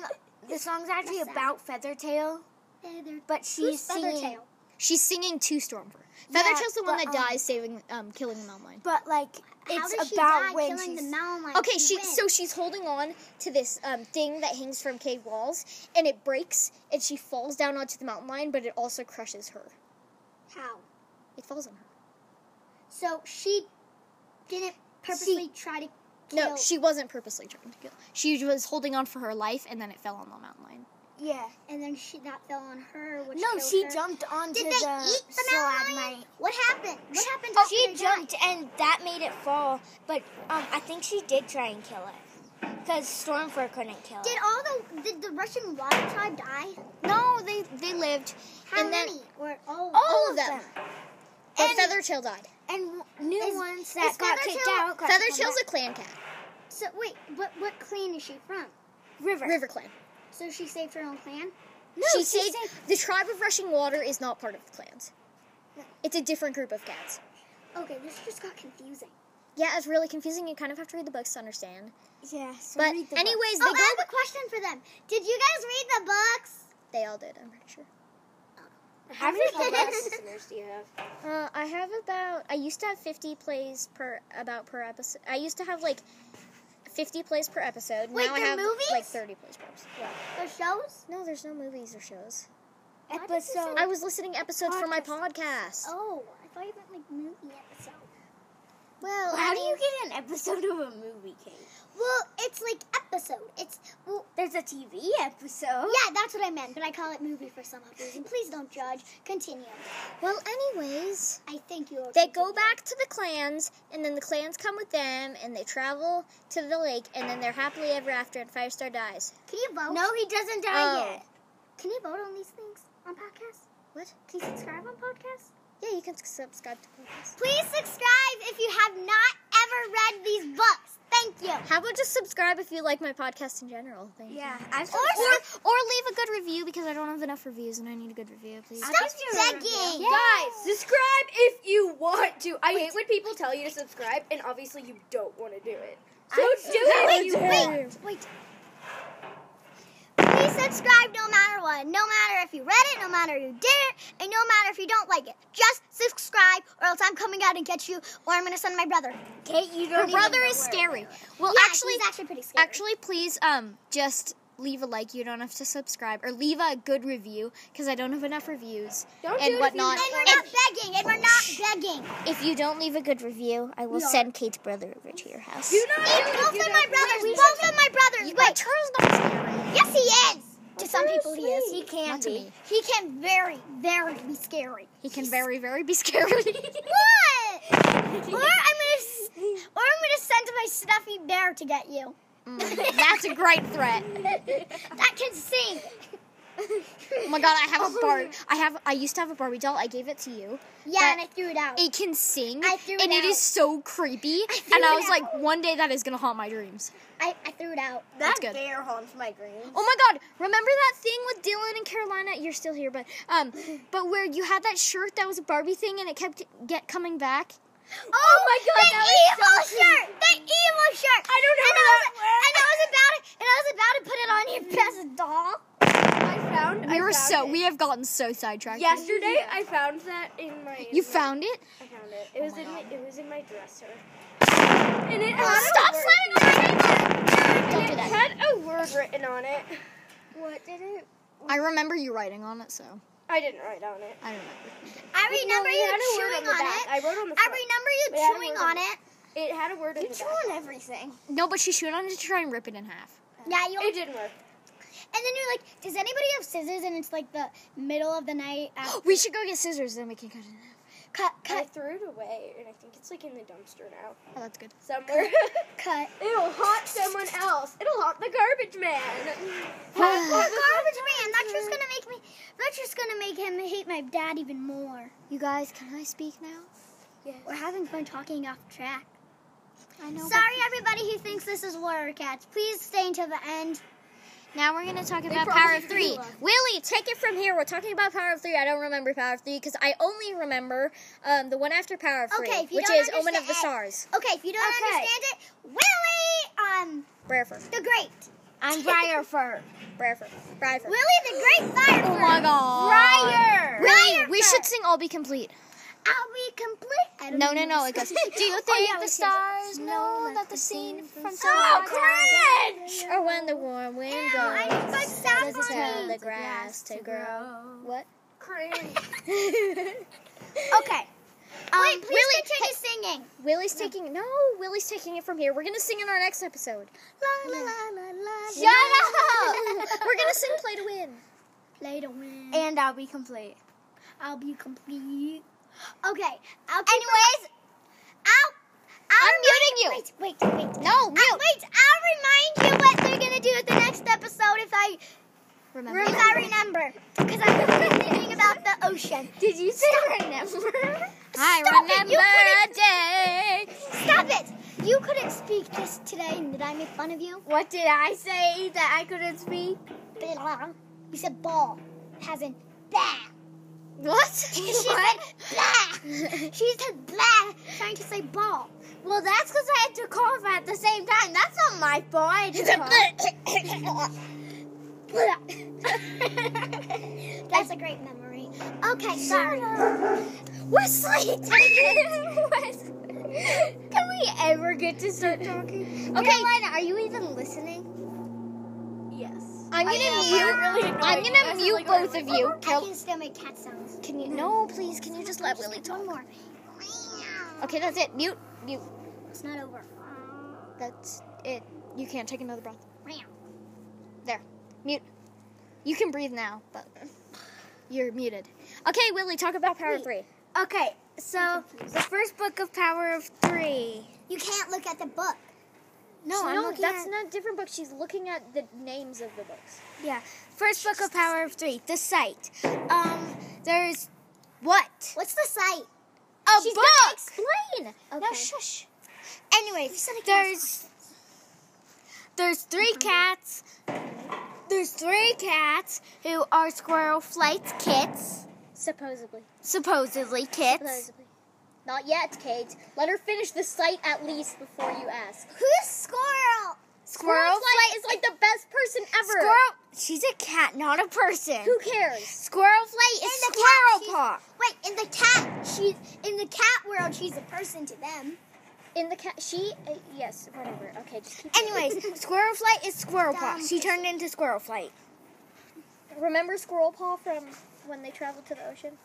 [SPEAKER 5] the song's actually about Feathertail,
[SPEAKER 3] Feather.
[SPEAKER 5] but she's
[SPEAKER 3] Who's
[SPEAKER 5] singing.
[SPEAKER 3] Feathertail?
[SPEAKER 2] She's singing to Stormfur.
[SPEAKER 5] Yeah,
[SPEAKER 2] Feathertail's the one
[SPEAKER 5] but,
[SPEAKER 2] that
[SPEAKER 5] um,
[SPEAKER 2] dies, saving, um, killing the mountain lion.
[SPEAKER 5] But um, like,
[SPEAKER 3] How
[SPEAKER 5] it's
[SPEAKER 3] did she
[SPEAKER 5] about
[SPEAKER 3] die
[SPEAKER 5] when
[SPEAKER 3] killing
[SPEAKER 5] she's
[SPEAKER 3] the mountain lion?
[SPEAKER 2] Okay, she
[SPEAKER 3] wins?
[SPEAKER 2] so she's holding on to this um, thing that hangs from cave walls, and it breaks, and she falls down onto the mountain lion, but it also crushes her.
[SPEAKER 3] how?
[SPEAKER 2] It falls on her.
[SPEAKER 3] So she didn't purposely try to kill.
[SPEAKER 2] No, she wasn't purposely trying to kill. She was holding on for her life, and then it fell on the mountain lion.
[SPEAKER 5] yeah.
[SPEAKER 3] and then she that fell on her. Which
[SPEAKER 5] No,
[SPEAKER 3] killed
[SPEAKER 5] she
[SPEAKER 3] her.
[SPEAKER 5] jumped onto
[SPEAKER 3] Did they
[SPEAKER 5] the
[SPEAKER 3] eat the mountain lion?
[SPEAKER 5] stalagmite.
[SPEAKER 3] What happened? What happened?
[SPEAKER 1] Oh.
[SPEAKER 3] after
[SPEAKER 6] She
[SPEAKER 3] they
[SPEAKER 6] jumped
[SPEAKER 3] died?
[SPEAKER 6] and that made it fall, but um, I think she did try and kill it. Because Stormfur couldn't kill
[SPEAKER 3] Did
[SPEAKER 6] it.
[SPEAKER 3] all the did the Russian water tribe die?
[SPEAKER 2] No, they they lived,
[SPEAKER 3] How
[SPEAKER 2] and then
[SPEAKER 3] many? Or all?
[SPEAKER 2] all of them. But Feathertail died.
[SPEAKER 5] And new
[SPEAKER 3] Is-
[SPEAKER 5] ones
[SPEAKER 3] is
[SPEAKER 5] that got
[SPEAKER 3] Feathertail-
[SPEAKER 5] kicked out. got
[SPEAKER 2] Feathertail's a clan cat,
[SPEAKER 3] So wait, what what clan is she from?
[SPEAKER 5] river.
[SPEAKER 2] river clan.
[SPEAKER 3] So she saved her own clan.
[SPEAKER 2] No, she, saved, the tribe of rushing water is not part of the clans. It's a different group of cats.
[SPEAKER 3] Okay, this just got confusing.
[SPEAKER 2] Yeah, it's really confusing. You kind of have to read the books to understand.
[SPEAKER 5] Yeah. So
[SPEAKER 2] But
[SPEAKER 5] read the book.
[SPEAKER 2] anyways,
[SPEAKER 3] Oh,
[SPEAKER 2] they
[SPEAKER 3] I
[SPEAKER 2] go.
[SPEAKER 3] have a question for them. Did you guys read the books?
[SPEAKER 2] They all did. I'm pretty sure.
[SPEAKER 5] I read the book.
[SPEAKER 4] listeners do you have?
[SPEAKER 2] Uh, I have about. I used to have 50 plays per about per episode. I used to have like 50 plays per episode.
[SPEAKER 3] Wait,
[SPEAKER 2] now I
[SPEAKER 3] they're
[SPEAKER 2] have
[SPEAKER 3] movies?
[SPEAKER 2] like 30 plays per episode. Yeah.
[SPEAKER 3] The shows?
[SPEAKER 2] No, there's no movies or shows.
[SPEAKER 5] episode.
[SPEAKER 2] I was listening to episodes for my podcast.
[SPEAKER 3] Oh, I thought you meant like movie episode.
[SPEAKER 2] well,
[SPEAKER 5] How do you get an episode of a movie, Kate?
[SPEAKER 3] Well, it's like episode. It's well,
[SPEAKER 5] There's a TV episode.
[SPEAKER 3] yeah, that's what I meant, but I call it movie for some odd reason. Please don't judge. Continue.
[SPEAKER 2] Well, anyways.
[SPEAKER 3] I think you.
[SPEAKER 2] They go back to the clans, and then the clans come with them, and they travel to the lake, and then they're happily ever after, and Firestar dies.
[SPEAKER 3] Can you vote?
[SPEAKER 5] No, he doesn't die
[SPEAKER 2] Oh.
[SPEAKER 5] yet.
[SPEAKER 3] Can you vote on these things on podcasts?
[SPEAKER 2] What?
[SPEAKER 3] Can you subscribe on podcasts?
[SPEAKER 2] Yeah, you can subscribe to podcasts.
[SPEAKER 3] Please subscribe if you have not ever read these books. Thank you.
[SPEAKER 2] How about just subscribe if you like my podcast in general? Thank you.
[SPEAKER 5] Yeah. I've
[SPEAKER 2] Or, or leave a good review because I don't have enough reviews and I need a good review, please.
[SPEAKER 3] Stop begging.
[SPEAKER 4] Guys, subscribe if you want to. I hate when people tell you to subscribe, and obviously you don't want to do it. So do it if you want.
[SPEAKER 3] Wait. Please subscribe no matter what. No matter if you read it, no matter if you did it, and no matter if you don't like it. Just subscribe or else I'm coming out and get you or I'm going to send my brother.
[SPEAKER 5] Kate, you
[SPEAKER 2] Her
[SPEAKER 5] don't.
[SPEAKER 2] brother is scary. Well,
[SPEAKER 3] Yeah,
[SPEAKER 2] actually,
[SPEAKER 3] he's actually pretty scary.
[SPEAKER 2] actually, please, um, just leave a like. You don't have to subscribe or leave a good review because I don't have enough reviews
[SPEAKER 4] Don't do it if
[SPEAKER 2] and
[SPEAKER 4] you
[SPEAKER 2] whatnot.
[SPEAKER 3] and we're not begging, and we're not begging.
[SPEAKER 2] If you don't leave a good review, I will send Kate's brother over to your house.
[SPEAKER 4] Do not
[SPEAKER 3] It's
[SPEAKER 4] do it if
[SPEAKER 3] both
[SPEAKER 4] you
[SPEAKER 3] of
[SPEAKER 4] don't
[SPEAKER 3] my brothers. Both of my brothers.
[SPEAKER 2] my
[SPEAKER 3] Wait.
[SPEAKER 2] turtle's not scary.
[SPEAKER 3] Yes, he is. To some people, he is. He can
[SPEAKER 2] Not to me.
[SPEAKER 3] He can very, very be scary.
[SPEAKER 2] He can very, very be scary.
[SPEAKER 3] What? or I'm gonna, s- or I'm gonna send my stuffy bear to get you.
[SPEAKER 2] That's a great threat.
[SPEAKER 3] That can sing.
[SPEAKER 2] Oh my god, I have a bar. I have. I used to have a Barbie doll. I gave it to you.
[SPEAKER 3] Yeah,
[SPEAKER 2] That-
[SPEAKER 3] and I threw it out.
[SPEAKER 2] It can sing,
[SPEAKER 3] I threw it
[SPEAKER 2] and it
[SPEAKER 3] out.
[SPEAKER 2] is so creepy.
[SPEAKER 3] threw
[SPEAKER 2] and I
[SPEAKER 3] it
[SPEAKER 2] was like, one day that is gonna haunt my dreams.
[SPEAKER 3] I, I threw it out.
[SPEAKER 5] That
[SPEAKER 2] good.
[SPEAKER 5] bear haunts my dreams.
[SPEAKER 2] Oh my god, remember that thing with Dylan and Carolina? You're still here, but um, but where you had that shirt that was a Barbie thing, and it kept get coming back.
[SPEAKER 3] Oh, my god, the evil shirt! The evil shirt! I don't know and I was, And I was about to, and I was about to put it on your best doll.
[SPEAKER 4] I found.
[SPEAKER 2] We
[SPEAKER 4] I
[SPEAKER 2] were
[SPEAKER 4] found
[SPEAKER 2] so
[SPEAKER 4] it.
[SPEAKER 2] we have gotten so sidetracked.
[SPEAKER 4] Yesterday, I found that in my.
[SPEAKER 2] You found it?
[SPEAKER 4] I found it. It was in my. It was in my dresser. And it had
[SPEAKER 2] Stop
[SPEAKER 4] a word.
[SPEAKER 2] slamming my paper! Don't do
[SPEAKER 4] It
[SPEAKER 2] that.
[SPEAKER 4] had a word written on it.
[SPEAKER 3] What did it?
[SPEAKER 2] I remember you writing on it, so
[SPEAKER 4] I didn't write on it.
[SPEAKER 2] I don't remember.
[SPEAKER 3] I remember
[SPEAKER 4] we
[SPEAKER 3] you
[SPEAKER 4] had a word on
[SPEAKER 3] chewing
[SPEAKER 4] the
[SPEAKER 3] on
[SPEAKER 4] back.
[SPEAKER 3] it.
[SPEAKER 4] I wrote on the
[SPEAKER 3] I
[SPEAKER 4] front.
[SPEAKER 3] remember you
[SPEAKER 4] We had a
[SPEAKER 3] chewing
[SPEAKER 4] word on
[SPEAKER 3] on it.
[SPEAKER 4] It had a word on the
[SPEAKER 5] Chew
[SPEAKER 4] back.
[SPEAKER 5] on everything.
[SPEAKER 2] No, but she chewed on it to try and rip it in half.
[SPEAKER 3] Yeah, you.
[SPEAKER 4] It didn't work.
[SPEAKER 3] And then you're like, does anybody have scissors? And it's like the middle of the night. after-
[SPEAKER 2] We should go get scissors, then we can cut it in half.
[SPEAKER 3] cut,
[SPEAKER 4] I
[SPEAKER 3] cut,
[SPEAKER 4] threw it away, and I think it's like in the dumpster now,
[SPEAKER 2] Oh, that's good.
[SPEAKER 4] somewhere.
[SPEAKER 3] cut.
[SPEAKER 4] It'll haunt someone else. It'll haunt the garbage man.
[SPEAKER 3] Poor garbage man. That's just gonna make me. That's just gonna make him hate my dad even more.
[SPEAKER 2] You guys, can I speak now?
[SPEAKER 3] We're having fun talking off track.
[SPEAKER 2] I know.
[SPEAKER 3] Sorry, everybody who thinks this is Warrior Cats. Please stay until the end.
[SPEAKER 2] Now we're gonna talk about Power of Three. Willie, take it from here. We're talking about Power of Three. I don't remember Power of Three because I only remember um, the one after Power of Three,
[SPEAKER 3] Okay, if you
[SPEAKER 2] which
[SPEAKER 3] don't
[SPEAKER 2] is Omen of the
[SPEAKER 3] understand-
[SPEAKER 2] Stars.
[SPEAKER 3] Okay, if you don't
[SPEAKER 4] Okay.
[SPEAKER 3] understand it, Willie, um,
[SPEAKER 2] Braford,
[SPEAKER 3] the Great.
[SPEAKER 5] I'm Briar Fur.
[SPEAKER 2] Braford, Braford.
[SPEAKER 3] Willie the Great Fire.
[SPEAKER 2] Oh my God.
[SPEAKER 5] Briar!
[SPEAKER 2] Willie, we should sing "All Be Complete."
[SPEAKER 3] I'll be complete. I don't
[SPEAKER 2] No, no,
[SPEAKER 3] even
[SPEAKER 2] no.
[SPEAKER 3] know
[SPEAKER 2] It
[SPEAKER 3] the
[SPEAKER 2] goes.
[SPEAKER 3] song.
[SPEAKER 2] Do you
[SPEAKER 3] Oh,
[SPEAKER 2] think
[SPEAKER 3] yeah, we
[SPEAKER 2] the
[SPEAKER 3] should.
[SPEAKER 2] stars know
[SPEAKER 3] Snow
[SPEAKER 2] that the
[SPEAKER 3] that
[SPEAKER 2] scene
[SPEAKER 3] seen
[SPEAKER 2] from
[SPEAKER 3] from
[SPEAKER 2] so
[SPEAKER 3] so
[SPEAKER 2] far down Or when the warm wind
[SPEAKER 3] Ow, I
[SPEAKER 2] blows,
[SPEAKER 3] just got sound
[SPEAKER 2] does it tell
[SPEAKER 3] money.
[SPEAKER 2] the grass to grow? What?
[SPEAKER 3] Okay.
[SPEAKER 2] Um,
[SPEAKER 3] Wait, please continue singing.
[SPEAKER 2] Willie's taking no. Willie's taking it from here. We're gonna sing in our next episode.
[SPEAKER 3] La la la la la.
[SPEAKER 2] Shut up! We're gonna sing "Play to Win."
[SPEAKER 3] Play to win.
[SPEAKER 5] And I'll be complete.
[SPEAKER 3] I'll be complete. Okay. I'll keep Anyways, I'll, I'll
[SPEAKER 2] I'm muting you.
[SPEAKER 3] Wait, wait, wait.
[SPEAKER 2] No,
[SPEAKER 3] I, wait, I'll remind you what they're gonna do at the next episode if I
[SPEAKER 2] Remember.
[SPEAKER 3] if I remember. Because I'm really thinking about the ocean.
[SPEAKER 2] Did you say remember? I
[SPEAKER 3] Stop it, you
[SPEAKER 2] remember a day.
[SPEAKER 3] Stop it! You couldn't speak just today, and did I make fun of you?
[SPEAKER 5] What did I say that I couldn't speak?
[SPEAKER 3] Blah. You said ball, as in blah.
[SPEAKER 2] What?
[SPEAKER 3] She said blah. She said blah, trying to say ball.
[SPEAKER 5] Well, that's because I had to cough at the same time. That's not my fault. I just coughed.
[SPEAKER 3] That's a great memory. Okay, sorry.
[SPEAKER 2] Wesley, take it. Wes-
[SPEAKER 5] Can we ever get to start talking? Okay, Carolina, are you even listening?
[SPEAKER 4] Yes.
[SPEAKER 2] I'm gonna mute. I'm gonna mute both of you.
[SPEAKER 3] "Oh, I
[SPEAKER 2] Kel-
[SPEAKER 3] can still make cat sounds.
[SPEAKER 2] Can you? No, please. Can you just let Willie talk?
[SPEAKER 3] One more.
[SPEAKER 2] Okay, that's it. Mute. Mute.
[SPEAKER 3] It's not over.
[SPEAKER 2] That's it. You can't take another breath. There. Mute. You can breathe now, but you're muted. Okay, Willie, talk about Power Three.
[SPEAKER 5] Okay, so the first book of Power of Three.
[SPEAKER 3] You can't look at the book.
[SPEAKER 5] No, I'm looking
[SPEAKER 2] that's
[SPEAKER 5] at-
[SPEAKER 2] not a different book. She's looking at the names of the books.
[SPEAKER 5] Yeah, first book of Power of Three, the site. Um, there's what?
[SPEAKER 3] What's the site?
[SPEAKER 5] A
[SPEAKER 2] She's
[SPEAKER 5] book.
[SPEAKER 2] gonna explain. Now
[SPEAKER 3] Okay.
[SPEAKER 2] shush.
[SPEAKER 5] Anyways, there's there's three cats. There's three cats who are Squirrel Flight's kits,
[SPEAKER 2] Supposedly.
[SPEAKER 5] supposedly kits.
[SPEAKER 2] Supposedly. Not yet, Kate. Let her finish the site at least before you ask.
[SPEAKER 3] Who's squirrel?
[SPEAKER 5] Squirrel
[SPEAKER 2] Flight is like the best person ever.
[SPEAKER 5] Squirrel. She's a cat, not a person.
[SPEAKER 2] Who cares?
[SPEAKER 5] Squirrel Flight is
[SPEAKER 3] And the cat,
[SPEAKER 5] Squirrel
[SPEAKER 3] she's-
[SPEAKER 5] Paw.
[SPEAKER 3] Wait, in the cat, she's in the cat world. She's a person to them.
[SPEAKER 2] In the cat, she uh, yes, whatever. Okay, just keep.
[SPEAKER 5] Anyways, Squirrel Flight is Squirrel Paw. She turned into Squirrel Flight.
[SPEAKER 2] Remember Squirrel Paw from when they traveled to the ocean?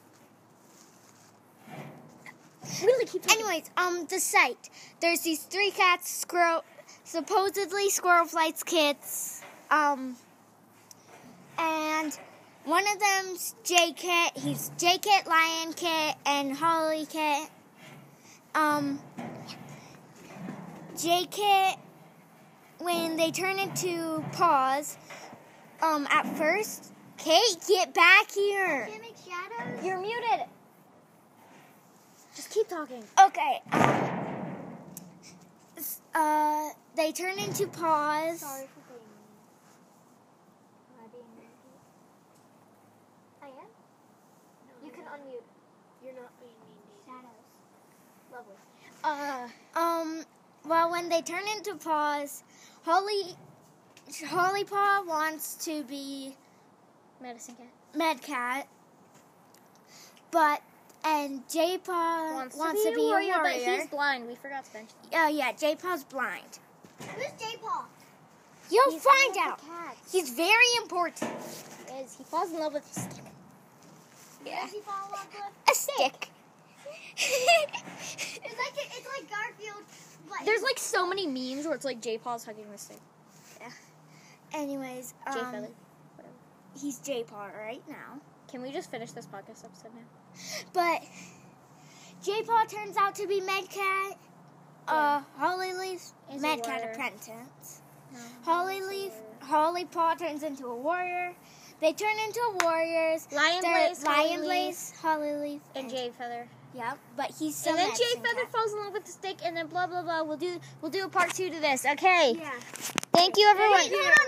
[SPEAKER 2] Really keep. talking.
[SPEAKER 5] Anyways, um, the site. There's these three cats, squirrel, supposedly squirrel flights kids. Um, and one of them's J Kit. He's J Kit, Lion Kit, and Holly Kit. Um, J Kit, when they turn into paws, um, at first Kate, get back here.
[SPEAKER 3] Can't make shadows.
[SPEAKER 5] You're muted.
[SPEAKER 3] Just keep talking.
[SPEAKER 5] Okay. um, s- Uh, they turn into paws.
[SPEAKER 3] Sorry for being mean. Am I being mean? I am. you can unmute. You're not being mean. Shadows. Lovely.
[SPEAKER 5] Uh, um, well, when they turn into paws, Holly, Holly Paw wants to be
[SPEAKER 3] Medicine cat.
[SPEAKER 5] Mad Cat, but and J Paw wants, to be, a warrior.
[SPEAKER 1] he's blind. We forgot to mention.
[SPEAKER 5] Oh yeah, J Paw's blind.
[SPEAKER 3] Who's J Paul?
[SPEAKER 5] You'll find out.
[SPEAKER 3] Cat.
[SPEAKER 5] He's very important.
[SPEAKER 1] He is. He falls in love with his
[SPEAKER 3] Does he fall off the-
[SPEAKER 5] A stick.
[SPEAKER 3] It's like it's like Garfield. But
[SPEAKER 1] There's like so many memes where it's like J Paul's hugging the stick.
[SPEAKER 5] Anyways,
[SPEAKER 1] J
[SPEAKER 5] um,
[SPEAKER 1] Feather.
[SPEAKER 5] he's J Paw right now.
[SPEAKER 1] Can we just finish this podcast episode now?
[SPEAKER 5] But J Paul turns out to be Medcat. Uh, Holly Leaf's
[SPEAKER 1] Is a warrior.
[SPEAKER 5] Medcat apprentice. Holly Leaf, Holly Paw turns into a warrior. They turn into warriors.
[SPEAKER 1] Lion
[SPEAKER 5] They're
[SPEAKER 1] Blaze, Holly
[SPEAKER 5] Lion
[SPEAKER 1] Leaf,
[SPEAKER 5] Blaze, Holly Leaf,
[SPEAKER 1] and J Feather.
[SPEAKER 5] Yep, but he's still
[SPEAKER 1] and then J
[SPEAKER 5] Medicine
[SPEAKER 1] Feather
[SPEAKER 5] Cat.
[SPEAKER 1] falls in love with the stick, and then blah blah blah. We'll do we'll do a part two to this. Okay.
[SPEAKER 3] Yeah.
[SPEAKER 1] Thank you, everyone.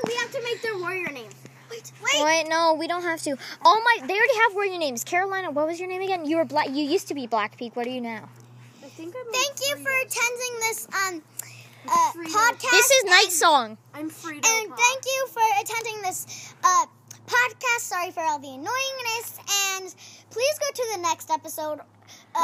[SPEAKER 3] we have to make their warrior names. Wait, wait.
[SPEAKER 1] Wait, no, we don't have to. All my, they already have warrior names. Carolina, what was your name again? You were black. You used to be Black Peak. What are you now?
[SPEAKER 4] I think I'm.
[SPEAKER 3] Thank you for attending this um uh, podcast.
[SPEAKER 1] This is Night Song.
[SPEAKER 4] I'm free
[SPEAKER 3] and thank you for attending this uh, podcast. Sorry for all the annoyingness, and please go to the next episode. Uh,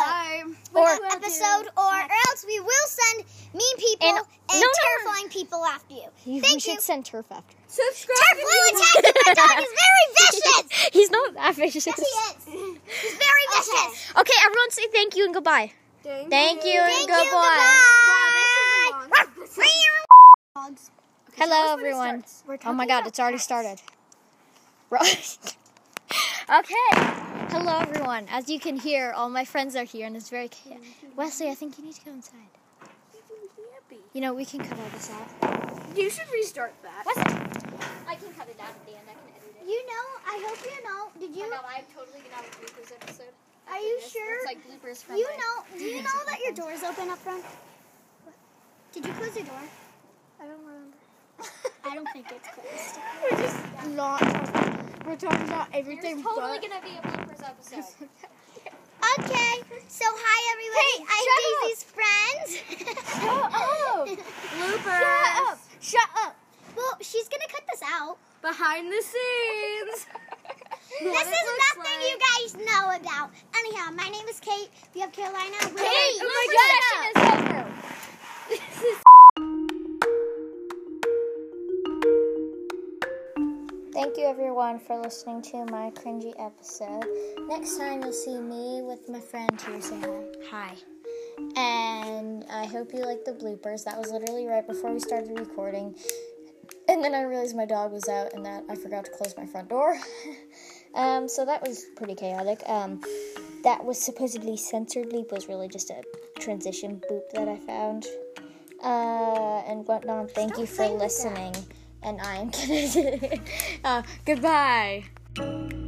[SPEAKER 3] Or episode, or, or else we will send mean people and,
[SPEAKER 1] And- no, no, no.
[SPEAKER 3] terrifying people after you.
[SPEAKER 1] You, we
[SPEAKER 3] Thank
[SPEAKER 1] should
[SPEAKER 3] you.
[SPEAKER 1] send Turf after.
[SPEAKER 4] Subscribe.
[SPEAKER 3] Turf will attack you. My dog is very vicious.
[SPEAKER 1] He's not that vicious.
[SPEAKER 3] Yes, he is. He's very vicious.
[SPEAKER 1] Okay, everyone say thank you and goodbye. Thank you and
[SPEAKER 3] Thank you.
[SPEAKER 1] goodbye.
[SPEAKER 3] Goodbye.
[SPEAKER 1] Hello, everyone. Oh my god, it's already started. Ro- okay. Hello, everyone. As you can hear, all my friends are here, and it's very chaotic. Wesley, I think you need to go inside. You know, we can cut all this out.
[SPEAKER 4] You should restart that.
[SPEAKER 1] I can cut it out at the end. I can edit it.
[SPEAKER 3] You know, I hope you know. Did you?
[SPEAKER 1] I'm totally gonna have a bloopers episode.
[SPEAKER 3] Are you sure?
[SPEAKER 1] bloopers
[SPEAKER 3] You know, do you know that your door's open up front? Did you close your door? I don't remember. I don't think it's closed.
[SPEAKER 5] Not talking- We're talking about everything but
[SPEAKER 1] gonna be a bloopers episode.
[SPEAKER 3] Okay, so hi everybody. I'm Daisy's friend.
[SPEAKER 5] Shut up! Shut up!
[SPEAKER 3] well, she's gonna cut this out.
[SPEAKER 4] Behind the scenes.
[SPEAKER 3] this is nothing you guys know about. Anyhow, my name is Kate. We have Carolina. Kate, Oh
[SPEAKER 1] Thank you, everyone, for listening to my cringy episode. Next time, you'll see me with my friend here saying hi. Hi. And I hope you like the bloopers. That was literally right before we started recording. And then I realized my dog was out and that I forgot to close my front door. um, so that was pretty chaotic. Um, that was supposedly censored bleep was really just a transition boop that I found. Uh, and whatnot. Thank you for listening. And I am Kennedy. uh, goodbye.